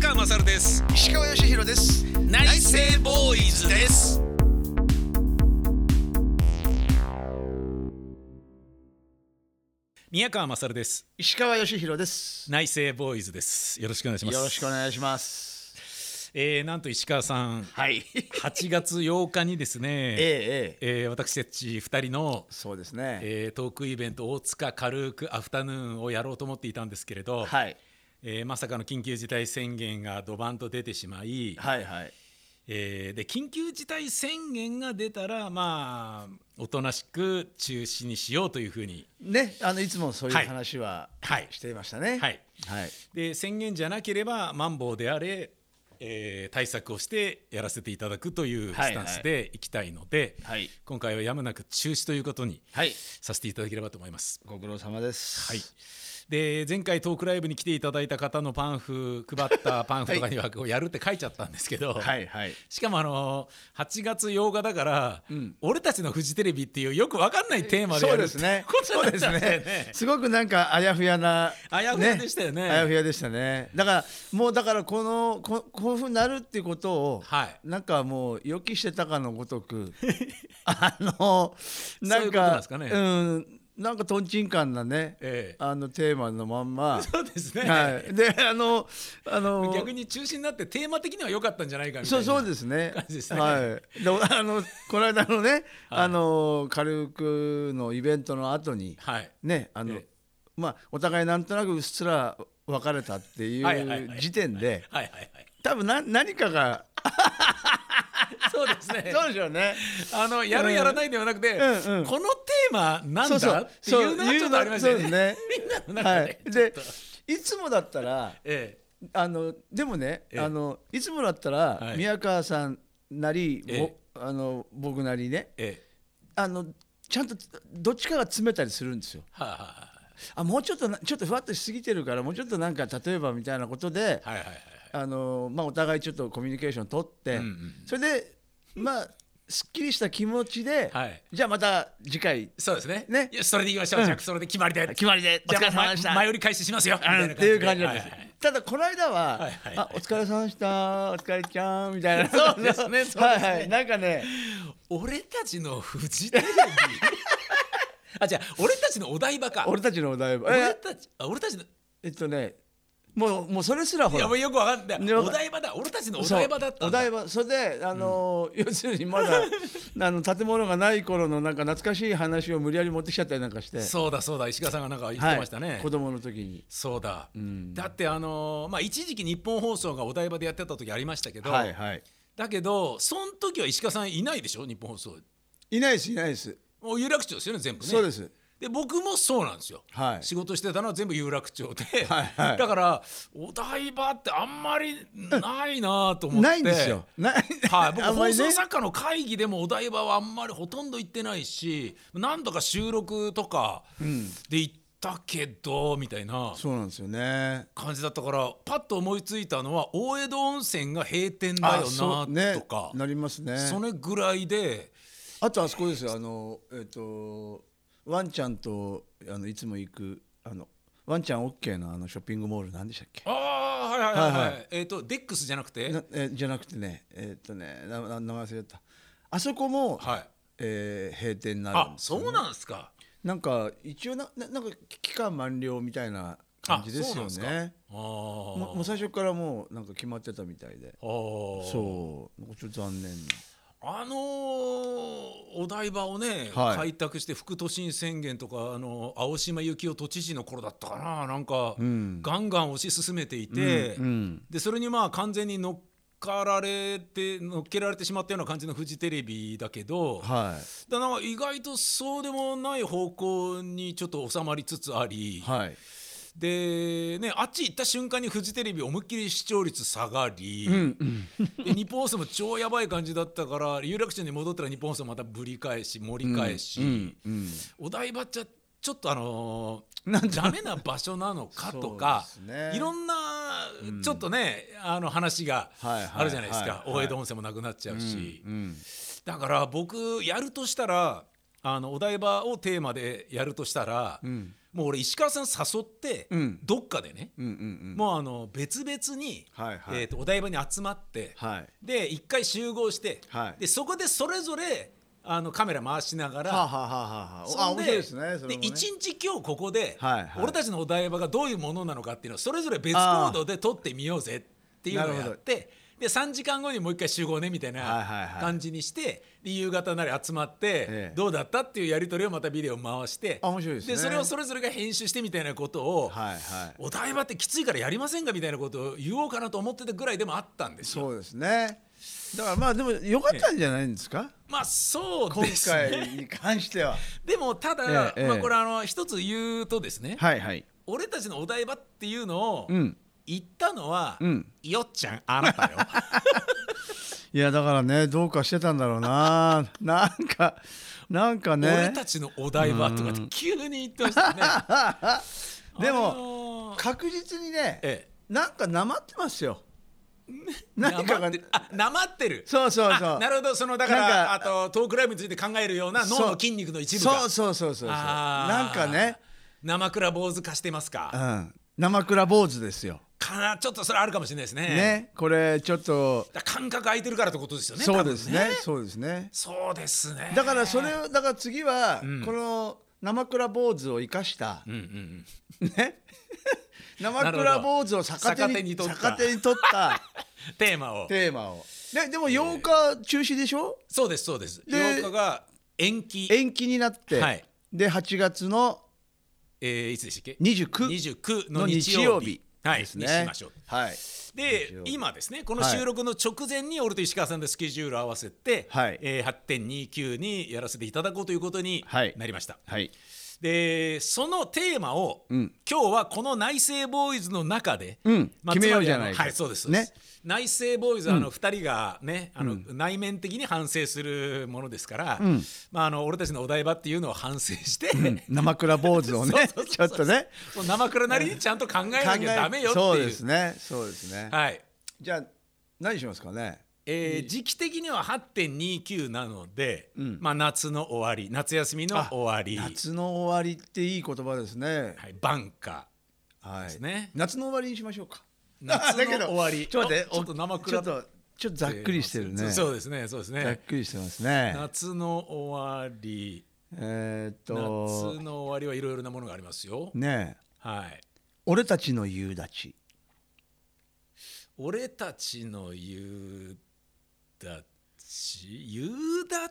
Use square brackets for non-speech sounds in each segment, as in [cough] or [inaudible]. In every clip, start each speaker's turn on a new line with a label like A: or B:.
A: 川勝です
B: 石川義弘です
A: 内政ボーイズです宮川勝です
B: 石川義弘です
A: 内政ボーイズですよろしくお願いし
B: よ
A: ます
B: ろしくお願いします
A: えー、なんと石川さん
B: はい [laughs] え、
A: 8月8日にですね
B: えええ
A: えー私たち2人の、
B: そうですね、
A: えートークイベント大塚軽くアフタヌーンをやろうと思っていたんですけれど、
B: はい
A: えーまさかの緊急事態宣言がドバンと出てしまい、
B: はいはい
A: えーで緊急事態宣言が出たらまあおとなしく中止にしようというふうに
B: ねあのいつもそうい
A: はいう
B: 話は
A: はい
B: していましたね
A: はい
B: はい
A: で宣言じゃなければマンボウであれ、えー対策をしてやらせていただくという
B: はい
A: スタンスでいきたいので、
B: はい
A: 今回はやむなく中止ということに
B: はい
A: させていただければと思います。
B: ご苦労様です
A: はいで前回トークライブに来ていただいた方のパンフ配ったパンフとかにはこうやるって書いちゃったんですけど、
B: はいはい
A: しかもあのー8月8日だから、
B: ん
A: 俺たちのフジテレビっていうよくわかんないテーマで
B: そ
A: や
B: う
A: る
B: ですね
A: ってこ。と
B: そう
A: に
B: で
A: なっ
B: す
A: たんだよ
B: ね。すごくなんかあやふやな。
A: あやふやでしたよね
B: あやふやでしたね。だから、もうだから、この、こ、こういうふうになるっていうことを。
A: はい
B: なんかもう予期してたかのごと
A: [laughs]
B: く。あの、
A: そうい
B: な
A: うんことなんで
B: か
A: すかね
B: ん、なんかとんちんかんなね。
A: ええ
B: あのテーマのまんま。
A: [laughs] そうですね、
B: はい。で、あの、あの。
A: 逆に中止になってテーマ的には良かったんじゃないかみたい
B: そう
A: な
B: そうですね
A: 感じですね
B: はいであのこの間のね、あの軽くのイベントの後に、
A: はい
B: ねあの、
A: ええ
B: まあお互いなんとなくうっすら別れたってい
A: はいはいは
B: う
A: い
B: 時点で
A: はいはいはい
B: 多分な何かが
A: そうですね
B: そうでしょうね
A: あのやるやらないではなくて、
B: うんうん
A: このテーマなんだ
B: そうそう
A: っていうのはちょっとありましたよ
B: そう
A: ね
B: い
A: み
B: うの
A: んなの中
B: は
A: でちょ
B: い、
A: っ
B: で
A: と
B: いつもだったら
A: え
B: あのでもね、
A: ええ
B: あのいつもだったら、
A: はい
B: 宮川さんなり、
A: ええ
B: ぼあの僕なりね
A: えええ
B: あのちゃんとどっちかが詰めたりするんですよ。
A: はあ、は
B: あもうちょっとなちょっとふわっとしすぎてるからもうちょっとなんか例えばみたいなことで、
A: あはいはいはい
B: あのまあ、お互いちょっとコミュニケーション取って、
A: うんうん
B: それでまあすっきりした気持ちで、
A: はい
B: じゃあまた次回
A: そうですね
B: ね
A: いやそれでいきましょう、じゃあそれで決まりで
B: まりで
A: じゃあま前売り開始しますよみたいな
B: っていう感じなんです、
A: はいはいはい
B: ただこの間は、
A: はいはい
B: あお疲れさんでしたお疲れちゃんみたいな
A: [laughs] そうですねそうですね
B: [laughs] はいはい、なんかね
A: 俺たちのフジテレビ [laughs] あじゃあ俺たちのお台場か
B: 俺たちのお題は
A: 俺
B: え
A: たちあ俺たちの
B: えっとねもうもうそれすらほ
A: いや
B: ら
A: もうよくわかんない
B: ねわか
A: お台場だ俺たちのお台場だった
B: そうお
A: んだ
B: 台場それであのー、要するにま
A: [laughs]
B: だあの建物がない頃のなんか懐かしい話を無理やり持ってきちゃったりなんかして
A: そうだそうだ石川さんがなんか言っ
B: は
A: て
B: い
A: ましたね、
B: 子供の時に
A: そうだ、
B: ん
A: だってあのーまあ一時期日本放送がお台場でやってた時ありましたけど、
B: はい
A: だけどその時は石川さんいないでしょ日本放送
B: いないですいないです、
A: もう有楽町ですよね全部ね
B: そうです
A: で僕もそうなんですよ、
B: はい
A: 仕事してたのは全部有楽町で、
B: はいはい
A: [laughs] だからお台場ってあんまりないなと思って、
B: ないんですよない
A: はい、
B: [laughs] あん
A: 僕
B: ま
A: 放
B: りね
A: 送作家の会議でもお台場はあんまりほとんど行ってないし何度か収録とかで行ったけど、みたいな
B: そうなんですよね
A: 感じだったからパッと思いついたのは大江戸温泉が閉店だよ
B: そう
A: なとか
B: ね、なりますね
A: それぐらいで
B: あとあそこですよあのえっ、とワンちゃんとあのいつも行くあのワンちゃん OK のあのショッピングモールなんでしたっけ
A: ああはいはいはいはい、
B: はいは
A: えっ、とデックスじゃなくて
B: なえじゃなくてねえーっとねなな名前忘れちゃったあそこも、
A: はい
B: えー閉店になる
A: あ
B: んですよね
A: そうなんですか
B: なんか一応なななんか期間満了みたいな感じですよ
A: あそうなん
B: ね
A: あ
B: ももう
A: ー
B: 最初からもうなんか決まってたみたいで
A: あー
B: そうなんかちょっと残念な
A: あのーお台場をね、
B: はい
A: 開拓して副都心宣言とか、あのー青島幸男都知事の頃だったかななんか、
B: ん
A: ガンガン推し進めていて、
B: うんうん
A: でそれにまあ完全に乗っかられて乗っけられてしまったような感じのフジテレビだけど、
B: はい
A: だからなんか意外とそうでもない方向にちょっと収まりつつあり、
B: はい
A: でねあっち行った瞬間にフジテレビ思いっきり視聴率下がり、で日本放送も超やばい感じだったから有楽町に戻ったら日本放送またぶり返し盛り返し、
B: うん
A: お台場っちゃちょっとあのー
B: なん
A: ダメな場所なのかとか、
B: そうですね
A: いろんなちょっとね、あの話が
B: はいはい
A: あるじゃないですか、
B: はいは
A: 大
B: い
A: 江戸温泉もなくなっちゃうし、
B: うん
A: だから僕やるとしたらあのお台場をテーマでやるとしたら、
B: うん
A: もう俺石川さん誘って、
B: うん
A: どっかでね、
B: うんうんうん
A: もうあの別々に、
B: はいはい
A: えー、とお台場に集まって、
B: はい
A: で一回集合して、
B: はい
A: でそこでそれぞれあのカメラ回しながら、
B: はあ、はあはあはあ
A: そん
B: あ面白いですねそれもね
A: 一日今日ここで、
B: はいはい
A: 俺たちのお台場がどういうものなのかっていうのをそれぞれ別行動で撮ってみようぜっていうのをやってで3時間後にもう一回集合ねみたい
B: はいはい
A: な
B: はい
A: 感じにして、で夕方なり集まって、
B: ええ
A: どうだったっていうやり取りをまたビデオ回して
B: あ面白いですね
A: それをそれぞれが編集してみたいなことを、
B: はいはい
A: お台場ってきついからやりませんかみたいなことを言おうかなと思ってたぐらいでもあったんですよ。
B: そうですねだからまあでも良かったんじゃないんですか
A: まあそう
B: 今
A: ですね
B: 回に関して
A: [laughs]
B: は
A: でもただ、
B: ええええ
A: まあ、これあの一つ言うとですね、
B: はいはい
A: 俺たちのお台場っていうのを
B: うん
A: 言ったのは、
B: うん
A: よっちゃんあなたよ
B: いやだからねどうかしてたんだろうな [laughs] なんかなんか
A: 俺
B: [laughs] ね
A: たちのお台場とかって急に言ってましたね
B: [laughs] でも
A: あのー
B: 確実にね
A: え
B: なんかなまってますよ
A: え
B: 何か
A: [laughs] なま
B: が
A: ってるあなまってる
B: そうそうそ
A: あ
B: う
A: なるほどそのだから
B: なんか
A: あとトークライブについて考えるような脳の筋肉の一部が
B: そうそうそうそうそう
A: あー
B: なんかね
A: 生倉坊主化してます
B: う
A: か
B: ん生倉坊主ですよ
A: かなちょっとそれあるかもしれないですね
B: ねこれちょっと
A: だから感覚空いてるからってことですよね
B: そうです
A: 多
B: ね
A: 分
B: そうですね
A: そうですね
B: だからそれをだから次は
A: うん
B: この生倉坊主を生かした
A: うんうんうん
B: ね生
A: なるほど
B: 倉坊主を逆
A: 逆手
B: 手
A: に
B: に
A: 取った
B: 逆手に取った
A: テーマを
B: テーマをねでも8日中止でしょ
A: そうですそうです
B: で
A: 8日が延期
B: 延期になって、
A: はい
B: で8月の
A: えー、いつでしたっけ
B: 29
A: 29の
B: の
A: 日
B: 日
A: 曜
B: 曜
A: 日
B: 日
A: はい、
B: ですね。
A: にしましょう
B: はい
A: で
B: 日曜日
A: 今ですねこの収録の直前に俺と石川さんでスケジュールを合わせて、
B: はい
A: えー8.29にやらせていただこうということに
B: はい
A: なりました、
B: はい
A: でそのテーマを、
B: うん
A: 今日はこの内政ボーイズの中で、
B: うん決めようじゃ
A: つまりあの
B: ないか
A: はいそうですそうです
B: ね
A: 内政ボーイズはあの2人がね、あの内面的に反省するものですから、
B: ん
A: まあ、あの俺たちのお台場っていうのを反省して、
B: 生倉坊主をね
A: [laughs] そうそう
B: ちょ
A: そう
B: っ
A: そう
B: とね
A: その生倉なりにちゃんと考えなきゃダメよっていう
B: そうですねそうですね、
A: はい
B: じゃあ何しますかね
A: えー時期的には8.29なので、
B: うん
A: まあ、夏の終わり夏休みの終わり、
B: 夏の終わりっていい言葉ですね
A: はい、晩夏
B: はい、
A: ですね
B: 夏の終わりにしましょうか
A: 夏
B: だけ
A: の
B: ど
A: 終わり
B: ちょっと待って
A: おちょっと生
B: ちょ
A: 倉
B: っとちょっとざっくりしてるね
A: そうですねそうです
B: ざっ
A: ね
B: くりしてますね
A: 夏の終わり
B: えー、っ
A: 夏
B: と
A: の終わりはいろいろなものがありますよ、
B: ねえ
A: はい
B: 俺たちの夕立ち
A: 俺たちの夕立ち夕立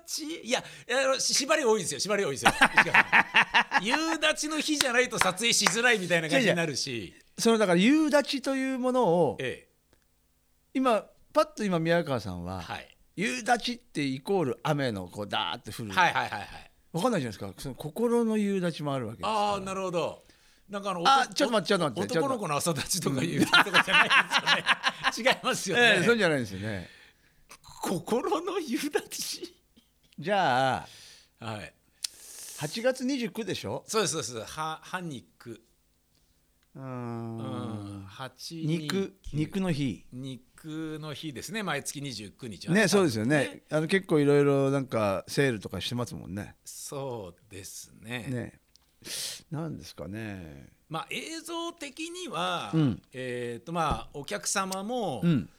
A: ちいやあのし縛り多いですよ縛り多いですよ石川 [laughs] さん夕立ちの日じゃないと撮影しづらいみたいな感じになるし
B: そのだから夕立ちというものを
A: ええ
B: 今パッと今宮川さんは、
A: はい、
B: 夕立ちってイコール雨のこうダーって降る、
A: はいはいはいはい
B: わかんないじゃないですかその心の夕立ちもあるわけです
A: ああなるほどなんかあの
B: あ
A: おと
B: ちょっと待ってちょっと待ってちょっ
A: 男
B: と
A: の子の朝立ちとか夕立ちとかじゃ [laughs] ないですよね違いますよね、
B: ええそうじゃないですよね
A: 心の夕立ち
B: じゃあ
A: はい
B: 8月29でしょ
A: そうですそうですは歯肉
B: う
A: うんん八
B: 肉肉の日
A: 肉の日ですね毎月29日は
B: ねそうですよねあの結構いろいろなんかセールとかしてますもんね
A: そうですね
B: ねなんですかね
A: まあ映像的には、
B: うん
A: えっ、とまあお客様も、
B: うん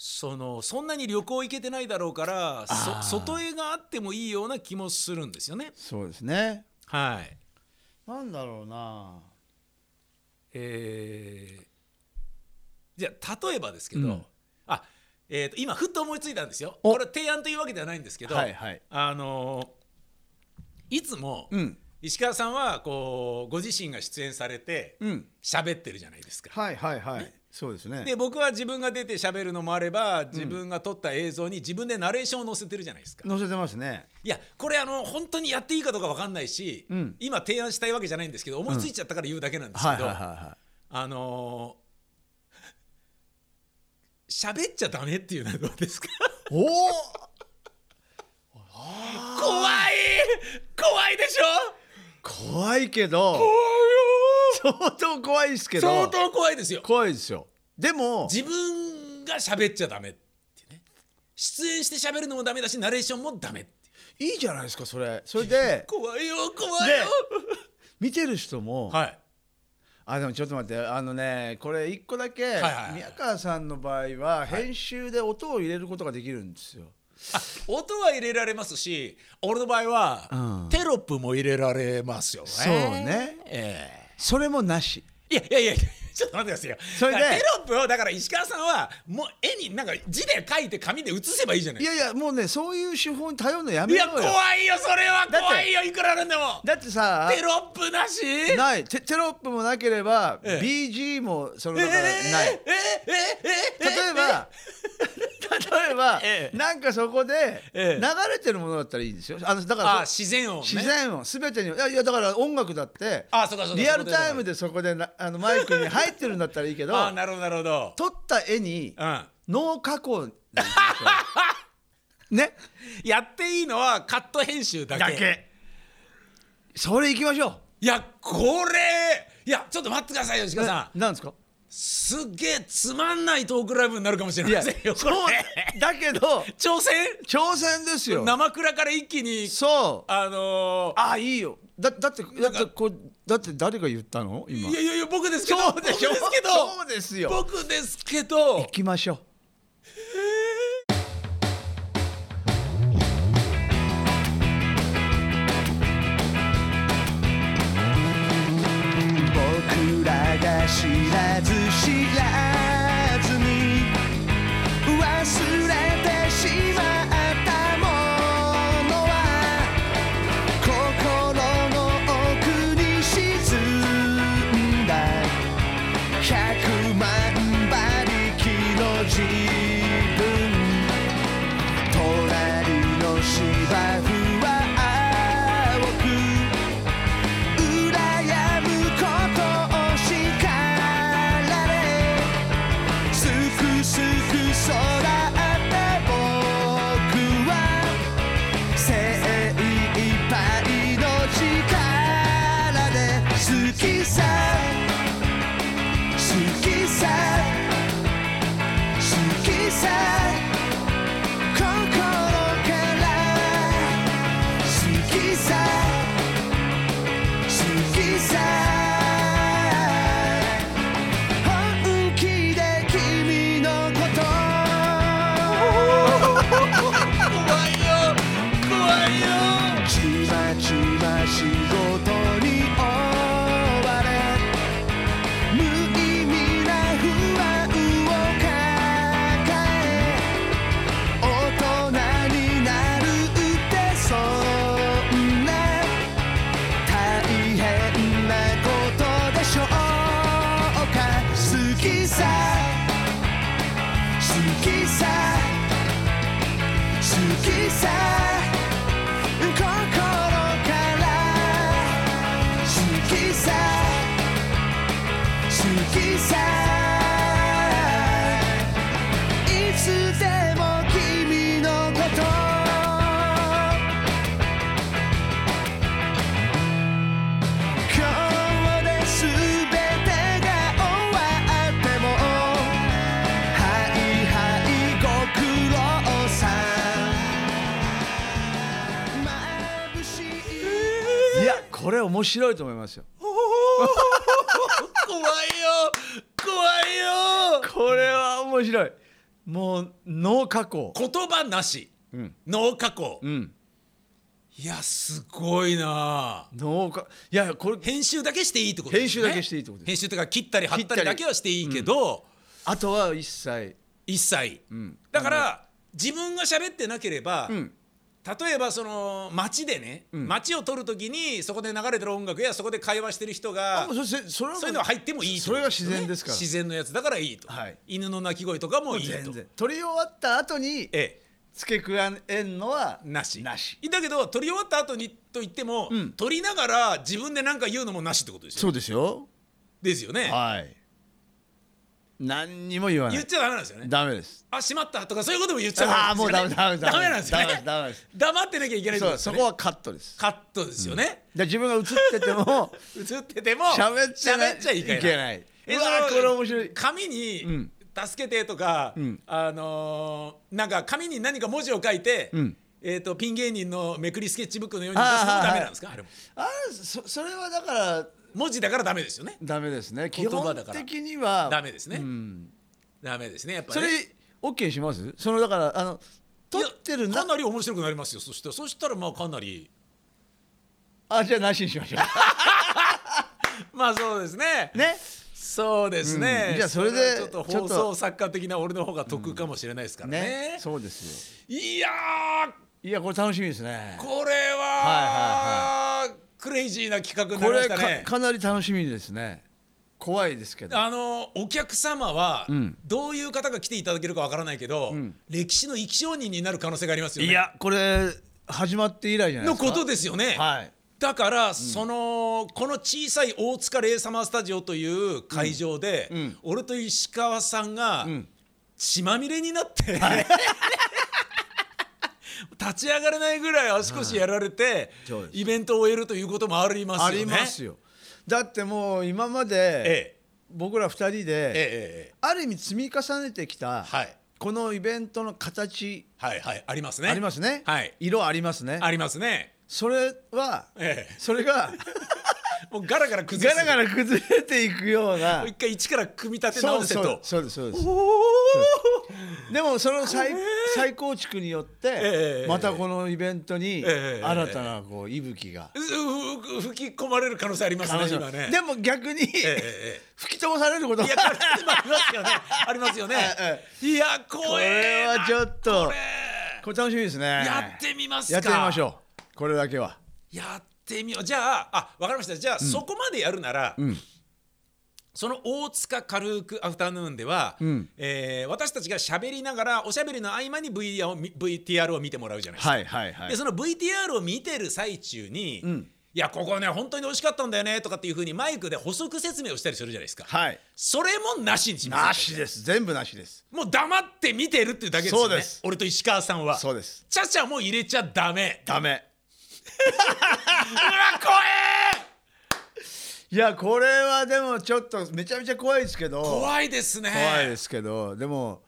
A: そのそんなに旅行行けてないだろうからそ
B: あー
A: 外絵があってもいいような気もするんですよね
B: そうですね
A: はい
B: なんだろうな
A: えーじゃあ例えばですけど、
B: うん
A: あえー、と今ふっと思いついたんですよ
B: お
A: これ提案というわけではないんですけど、
B: はいはい
A: あのーいつも
B: うん
A: 石川さんはこうご自身が出演されて
B: うん
A: 喋ってるじゃないですか。
B: はいはいはい、そうですね
A: で僕は自分が出て喋るのもあれば自分が撮った映像に自分でナレーションを載せてるじゃないですか。
B: 載せてますね
A: いやこれあの本当にやっていいかどうか分かんないし、
B: うん
A: 今提案したいわけじゃないんですけど思いついちゃったから言うだけなんですけど、
B: は
A: あのー [laughs] 喋っちゃダメっていうのはどうですか
B: いおお
A: 怖い怖いでしょ
B: 怖いけど相当怖いですけど
A: 相当怖いですよ
B: 怖いですよでも
A: 自分が喋っちゃダメってね出演して喋るのもダメだしナレーションもダメって
B: いいじゃないですかそれそれで
A: 怖いよ怖いよ
B: 見てる人も、
A: はい
B: あでもちょっと待ってあのねこれ一個だけ、
A: いはい
B: 宮川さんの場合は編集で音を入れることができるんですよ。
A: あ音は入れられますし俺の場合は、
B: うん
A: テロップも入れられますよね
B: そうね
A: ええ
B: それもなし。
A: いやいやいやちょっと待ってくださいよ
B: それで
A: だからテロップをだから石川さんはもう絵になんか字で書いて紙で写せばいいじゃない
B: いやいやもうねそういう手法に頼るのや
A: い
B: めよ
A: や
B: うよ。
A: 怖いよそれは
B: だって
A: 怖いよいくらなんでも
B: だってさ
A: テロップなし
B: ないテテロップもなければ、
A: ええ
B: BG もその
A: ええ
B: 中でな
A: え
B: い。
A: えええええ
B: 例えば、例えば、
A: ええ
B: なんかそこで流
A: ええ
B: れてるものだったらいいんですよ。あのだか
A: あ
B: らそ
A: 自然音ね
B: 自然音すべてにいやいやだから音楽だって
A: あそうかそうか
B: リアルタイムでそこでな [laughs] あのマイクに入ってるんだったらいいけど
A: あなるほどなるほど
B: 撮った絵に
A: うん
B: 脳加工でいきましょうね
A: やっていいのはカット編集だけ
B: それいきましょ
A: いやこれいやちょっと待ってくださいよ石
B: う
A: 川さん
B: なんですか
A: すっげえつまんないトークライブになるかもしれませんよこ
B: そう
A: れ
B: だけど
A: 挑戦
B: 挑戦ですよ
A: 生倉から一気に
B: そう
A: あの
B: あいいよだだってだってこうだって誰が言ったの
A: ー
B: 今
A: いやいやいや僕ですけど
B: そうでしょ
A: 僕ですけど
B: そうですよ
A: 僕ですけど
B: 行きましょう僕らが知らず知らずに忘れてしまったものは心の奥に沈んだ100万馬力の自分隣の芝生は青く羨むことを叱られすくすく育った僕は精一杯の力で好きさ好きさ好きさ心から好きさ好きさ本気で君のこと
A: 怖いよ怖いよ
B: ちまちま仕事に追われ無意味な不安を抱え大人になるってそんな大変なことでしょうか好きさ好きさ好きさ心から好きさ好きさいつでも君のこと今日で全てが終わってもはいはいご苦労さん眩しいいやこれ面白いと思いますよ
A: おー怖いよ怖いよ
B: これは面白いもう脳加工
A: 言葉なし
B: うん
A: 脳加工
B: うん
A: いやすごいな
B: 脳加いやこれ
A: 編集だけしていいってことですね
B: 編集だけしていいってことです
A: 編集とか切ったり貼ったり
B: 切った
A: だ
B: り
A: けはしていいけど
B: あとは一切
A: 一切
B: ん
A: だから自分が喋ってなければ
B: うん
A: 例えばその街でね
B: ん
A: 街を撮るときにそこで流れてる音楽やそこで会話してる人が
B: あもうそれそれは
A: そういうのは入ってもいいってことよね
B: それが自然ですから
A: 自然のやつだからいいと
B: はい
A: 犬の鳴き声とかもいいと
B: 全然撮り終わった後に
A: ええ
B: 付け加えんのは
A: なし
B: なし
A: だけど撮り終わった後にと言っても、
B: うん
A: 撮りながら自分で何か言うのもなしってことですよ
B: うですよ
A: ですよね
B: はい何にも言わな
A: 言っ
B: い
A: ちゃダメなんですよね
B: ダメです
A: あしまったとかそういうことも言っちゃ
B: ああ
A: ダ
B: ーもう
A: メな
B: ダ
A: ん
B: メ
A: ですよねダメなんですよ
B: ダメダメダメで
A: ね
B: すダメです
A: 黙ってなきゃいけないって
B: そ
A: こ
B: う
A: とです
B: そ
A: よ
B: こ
A: ね
B: はカットです
A: カットですよね、
B: で自分が映っ
A: [laughs]
B: てても
A: 映ってても
B: 喋ってな
A: 喋っちゃいけない
B: いけない
A: え
B: うわー
A: そ
B: これ面白い
A: 紙
B: う
A: に
B: ん
A: 「助けて」とか、
B: ん
A: あのーなんか紙に何か文字を書いて、
B: うん
A: えー、とピン芸人のめくりスケッチブックのように
B: あー
A: 出しても
B: はい
A: ダメなんですかあれも
B: あれそそれはだから
A: 文字だからダメですよね
B: ダメですね基
A: 言葉
B: 本
A: だから
B: 的には
A: ダメですね、
B: うん
A: ダメですねやっぱ
B: そ
A: ね
B: れ OK しますそのだからあの撮ってる
A: いや
B: な
A: かなり面白くなりますよそしたらそしたらまあかな
B: [laughs]
A: り
B: あじゃあなしにしましょ
A: まあそうですね
B: [laughs] うね
A: そうですね、
B: うんじゃあそれで
A: ちょっと
B: ちょ
A: 放
B: っと
A: 送作家的な俺の方が得かもしれないですからね,、
B: ねそうです
A: いや
B: よいやこれ楽しみですね
A: ーこれは,、クレイジーな企画にな
B: こ
A: りまし
B: れ
A: たね
B: かかなり楽しみですね怖いですけど
A: あのお客様は
B: ん
A: どういう方が来ていただけるかわからないけど、歴史の生き証人になる可能性がありますよね。
B: いやこれ始まって以来じゃない
A: の
B: ですか
A: ことですよね。
B: はい
A: だから、そのこの小さい大塚レイサマースタジオという会場で、
B: んうん
A: 俺と石川さんが、
B: ん
A: 血まみれになって、 [laughs] 立ち上がれないぐらい足腰やられて、
B: そうです
A: イベントを終えるということもありますよ
B: あ
A: ね。
B: りますよだってもう今ま
A: え
B: で
A: え
B: 僕ら2人
A: えええ
B: で
A: え
B: ある意味積み重ねてきた
A: はい
B: このイベントの形
A: はいはいありますね。
B: ありますね
A: はい
B: 色ありますね
A: ありますね。
B: それは
A: ええ
B: それが
A: もうガラガラ崩
B: ガ
A: す
B: ラガラ崩れていくような
A: もう一回一から組み立て
B: そう
A: 直
B: です
A: せ
B: そう
A: と
B: ですそうですそうです
A: おー
B: でもその再再構築によっ
A: え
B: て
A: え
B: またこのイベントに
A: ええ
B: 新たなこう息吹が
A: うふふ吹き込まれる可能性ありますね今ね
B: でも逆
A: え
B: に
A: ええ
B: 吹き飛ばされること
A: えい
B: が
A: や可能性もありますよねありますよね
B: え
A: いや
B: こ
A: 怖え
B: れ
A: な
B: はちょっと
A: これ
B: これ楽しみですね
A: やってみますか
B: やってみましょうこれだけは
A: やってみようじゃああわかりましたじゃあ、そこまでやるなら、
B: ん
A: その大塚軽くアフタヌーンでは、
B: ん
A: えー私たちが喋りながらおしゃべりの合間に VR を見 VTR を見てもらうじゃないですか、
B: はいはいは
A: で
B: い
A: その VTR を見てる最中に、
B: ん
A: いやここね本当に美味しかったんだよねとかっていうふうにマイクで補足説明をしたりするじゃないですか、
B: はい
A: それもなしにします
B: なしです全部なしです
A: もう黙って見てるっていうだけですよね
B: そうです
A: 俺と石川さんは
B: そうです
A: ちゃちゃもう入れちゃダメ
B: ダメ
A: うわ怖え
B: いやこれはでもちょっとめちゃめちゃ怖いですけど
A: 怖いですね
B: 怖いですけどでも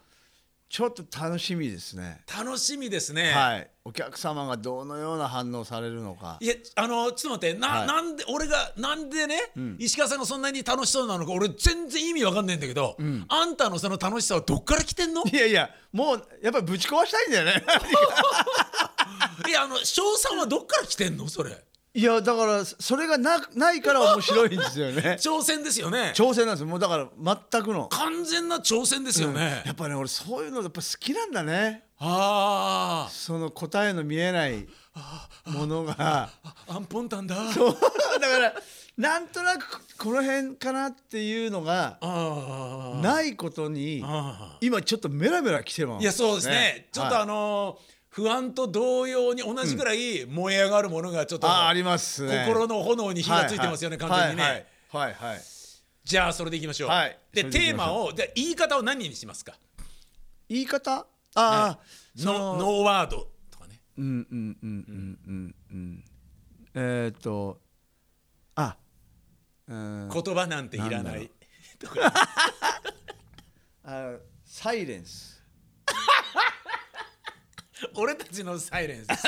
B: ちょっと楽しみですね
A: 楽しみですね、
B: はいお客様がどのような反応されるのか
A: いやあのちょっと待ってな,、
B: はい
A: なんで俺がなんでね、石川さんがそんなに楽しそうなのか俺全然意味わかんないんだけど、あんたのその楽しさはどっから来て
B: [laughs]
A: んの
B: いやいやもうやっぱりぶち壊したいんだよね
A: いやあの翔さんはどっから来てんのそれ
B: [laughs] いやだからそれがなないから面白いんですよ [laughs] ね
A: 挑戦ですよね
B: 挑戦なんですもうだから全くの
A: 完全な挑戦ですよね、
B: やっぱね俺そういうのやっぱ好きなんだね
A: あー
B: その答えの見えないものが
A: あアンポンタンだ
B: そう [laughs] だからなんとなくこの辺かなっていうのが
A: あー
B: ないことに
A: あ
B: 今ちょっとメラメラ来てます
A: ーいやそうですねちょっと
B: はい
A: あのー不安と同様に同じくらい燃え上がるものがちょっと
B: あーありますね
A: 心の炎に火がついてますよね、
B: はい
A: 完全にね、
B: はいはいはいはい
A: じゃあそれでいきましょう、
B: はい
A: で
B: それでい
A: テー
B: きまし
A: マ
B: ょ
A: をじゃあ言い方を何にしますか
B: 言い方ああーそ
A: のノーワードとかね
B: うんうんうんうんうんうんえっ、ー、とあうん
A: 言葉なんていら
B: なん
A: な
B: だろ
A: いうとか
B: あサイレンス
A: 俺たちのサイ
B: [laughs]
A: レンスです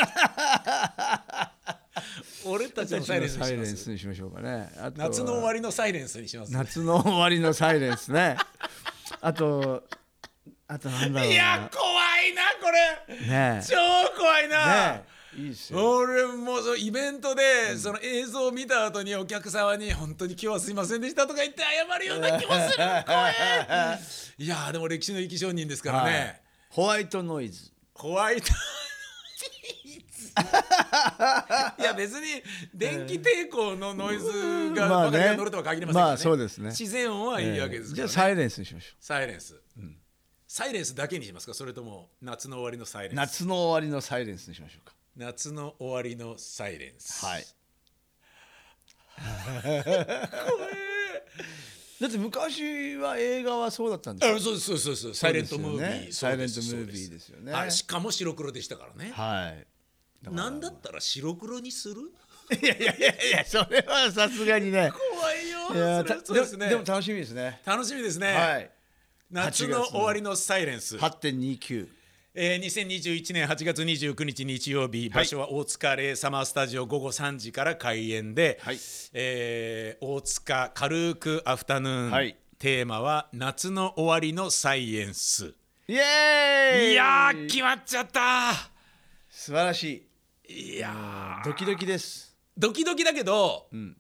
A: 俺たちのサイレンスに
B: サ
A: し
B: イレ
A: ま
B: ン
A: す
B: スにしましょうかねあとは
A: 夏の終わりのサイレンスにします
B: 夏の終わりのサイレンスね [laughs] あとあとなんだろう
A: いや怖いなこれ
B: なね
A: 超怖いな、
B: ねいいっすよ
A: 俺もそうイベントで、その映像を見た後にお客様に「本当に今日はすいませんでした」とか言って謝るような気もする怖いいやーでも歴史の生き証人ですからね、
B: はいホワイトノイズ
A: ホワイトいや別に電気抵抗のノイズが
B: ま
A: ば
B: あね
A: かりが乗るとは限りませんから、ね
B: まあそうですね
A: 自然音はいいわけです
B: じ
A: から、
B: ゃあ
A: ね
B: サイレンスにしましょ
A: サイレンス、サイレンスだけにしますかそれとも夏の終わりのサイレ
B: う
A: ンス
B: 夏の終わりのサイレンスにしましょうか
A: 夏の終わりのサイレンス
B: はいだって昔は映画はそうだったんですよ
A: あそうですそうですそうですサイレントムービ
B: そう
A: ー、
B: ですよ
A: そう
B: ね
A: です
B: サイレントムービー
A: そう
B: ですよね
A: あれしかも白黒でしたからね、
B: はい
A: なんだったら白黒にする
B: いやいやいやいやそれはさすがにね
A: 怖いよ
B: い
A: そ
B: や
A: れ
B: た
A: そうですね
B: でもでも楽しみですね
A: 楽しみですね、
B: はい
A: 夏の終わりのサイレンス
B: 8.29
A: えー、2021年8月29日日曜日、場所は大塚レイサマースタジオ午後3時から開演で、
B: はい
A: えー大塚軽くアフタヌーン、
B: はい
A: テーマは夏の終わりのサイエンス。
B: イエーイ
A: いやー決まっちゃった
B: 素晴らしい
A: いやー
B: ドキドキです
A: ドキドキだけど、
B: ん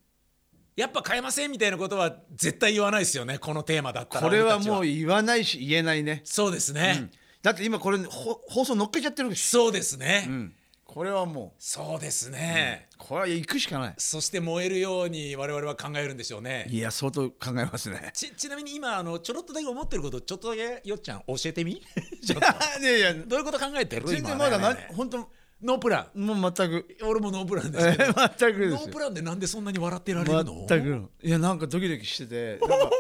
A: やっぱ変えませんみたいなことは絶対言わないですよねこのテーマだったら
B: これはもう
A: 俺たち
B: 言わないし言えないね、
A: そうですね、
B: うんだって今これほ放送乗っけちゃってるでし
A: そうですね、
B: ょ、うん、これはも
A: そうですね、
B: うこれは行くしかない
A: そして燃えるように我々は考えるんでしょうね
B: いや相当考えますね
A: ちちなみに今あのちょろっとだけ思ってることちょっとだけよっちゃん教えてみちょっと
B: [laughs] いやいや
A: どういうこと考えてる
B: 全
A: 今
B: 然まだな
A: ね
B: 本当も
A: ノープラ
B: う全く
A: ン俺もノープランです
B: え
A: けど、
B: 全くで
A: ノ
B: す
A: ープ
B: よ
A: ランでなんでそんなに笑ってられるの
B: 全くいやなんかドキドキしててなんか [laughs]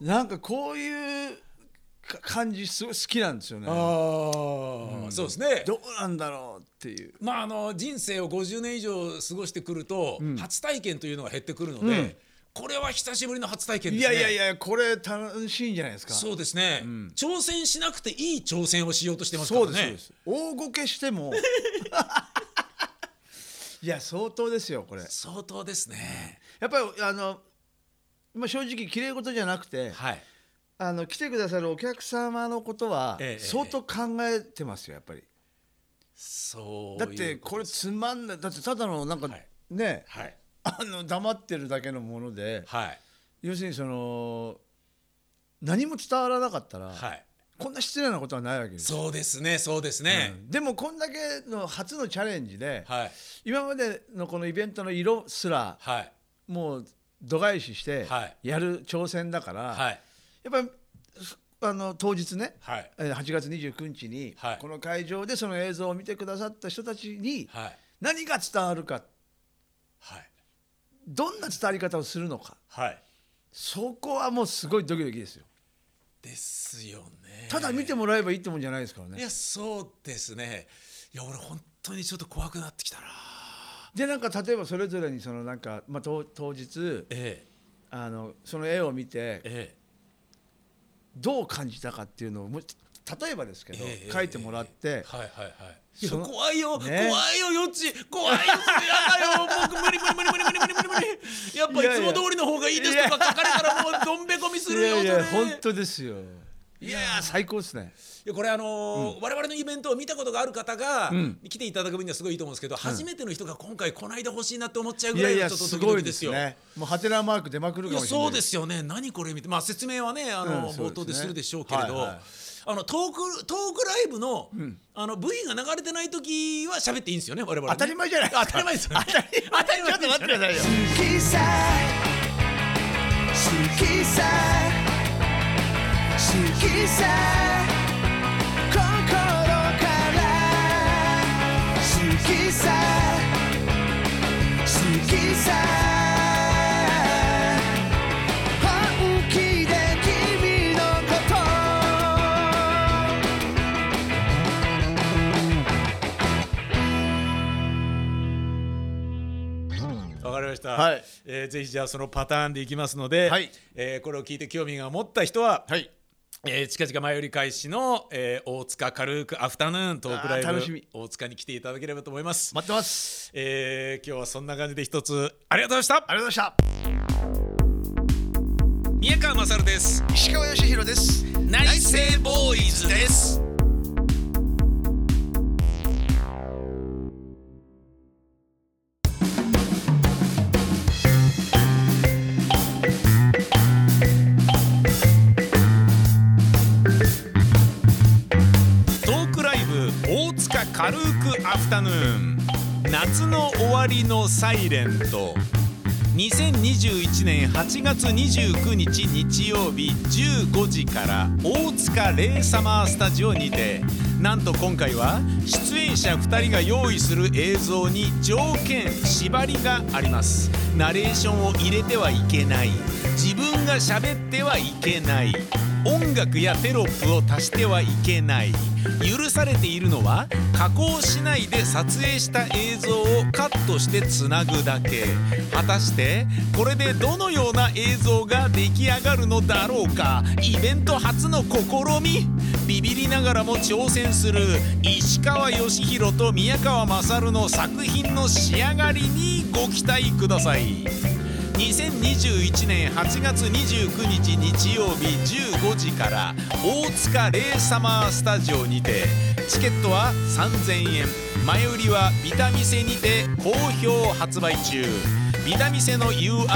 B: なんかこういうか感じすごい好きなんですよね
A: ああ、そうですね
B: どうなんだろうっていう
A: まあ、あの人生を50年以上過ごしてくると、初体験というのが減ってくるので、
B: うん
A: これは久しぶりの初体験で
B: い
A: す
B: や
A: ね。
B: いやいやこれ楽しいんじゃないですか
A: そうですね、挑戦しなくていい挑戦をしようとしてますか
B: そ
A: ら
B: う
A: ね。
B: ですそうです大ごけして
A: [laughs]
B: もいや相当ですよこれ
A: 相当ですね。
B: やっぱりあの、まあ、正直きれい事じゃなくて
A: はい。
B: あの来てくださるお客様のことは
A: ええ
B: 相当考えてますよやっぱり
A: そう
B: だって
A: いうと
B: これつまんないだってただのなんか
A: はい
B: ね
A: はい
B: あの黙ってるだけのもので
A: はい
B: 要するにその何も伝わらなかったら
A: はい。
B: こんな失礼なことはないわけですよ
A: そうですねそうですね
B: う。んでもこんだけの初のチャレンジで
A: はい
B: 今までのこのイベントの色すら
A: はい
B: もう度外視して
A: はい
B: やる挑戦だから、
A: はい
B: やっぱりあの当日ね、
A: はい
B: えー8月29日に
A: はい
B: この会場でその映像を見てくださった人たちに
A: はい
B: 何が伝わるか
A: はい
B: どんな伝わり方をするのか
A: はい。
B: そこはもうすごいドキドキですよ
A: ですよね。
B: ただ見てもらえばいいってもんじゃないですから
A: い
B: ね
A: やそうですね。いや俺本当にちょっと怖くなってきたな。
B: でなんか例えばそれぞれにそのなんか、まあ、当当日
A: ええ
B: あのその絵を見て
A: え
B: どう感じたかっていうのをもう例えばですけど、
A: ええ
B: 書いてもらって
A: え、はいはいはい。いや
B: その
A: 怖いよ、
B: ね
A: 怖いよよっち怖いですやだ
B: [laughs]
A: よ僕無理無理無理無理無理無理無理無理やっぱ
B: いやいや
A: いつも通りの方がいいですとか書かれたらもうどんべこみするよ
B: いやいや
A: それ
B: 本当ですよいやー最高ですね
A: いやこれあのー我々のイベントを見たことがある方が
B: ん
A: 来ていただく分にはすごいいいと思うんですけど、初めての人が今回来ないでほしいなって思っちゃう
B: い
A: ぐら
B: や
A: い
B: い
A: の
B: や
A: ちょっと
B: す
A: ドキド
B: ご
A: キ
B: い
A: で
B: ですす
A: よ。
B: ねもうハテナマーク出まくる
A: い
B: か
A: や
B: もしれない
A: そうですよね何これ見て、まあ、説明はねあの、
B: うんそうですね
A: 冒頭でするでしょうけれど、
B: はいはい
A: あのトークトークライブの,、あの V が流れてない時は喋っていいんですよね我々、ね、
B: 当たり前じゃないです
A: 当
B: か
A: たり前ですよ、ね、当たり前
B: ちょっと待ってくださいよ
C: 好きさ好きさ好きさ心から好きさ好きさ本気で君のこと
A: わかりました、
B: はい
A: えーぜひじゃあそのパターンでいきますので、
B: はい
A: えーこれを聞いて興味が持った人は、
B: はい
A: えー近々前売り開始の、えー大塚軽くアフタヌーントークライ
B: あー楽し
A: ブ
B: み
A: 大塚に来ていただければと思います、
B: 待ってます
A: えー今日はそんな感じで一つありがとうございました
B: ありがとうございま
A: 宮川勝です
B: した石川義弘です
A: 内政ボーイズですトークライブ大塚軽くアフタヌーン夏の終わりのサイレント2021年8月29日日曜日15時から大塚レイサマースタジオにてなんと今回は出演者2人が用意する映像に条件縛りがありますナレーションを入れてはいけない自分が喋ってはいけない音楽やテロップを足してはいけない許されているのは加工しないで撮影した映像をカットしてつなぐだけ果たしてこれでどのような映像が出来上がるのだろうかイベント初の試みビビりながらも挑戦する石川義弘と宮川勝の作品の仕上がりにご期待ください2021年8月29日日曜日15時から大塚レイサマースタジオにてチケットは3000円前売りはビタミセにて好評発売中ビタミセの URL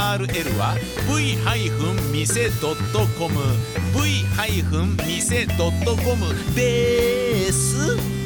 A: は v-mise.com v-mise.com です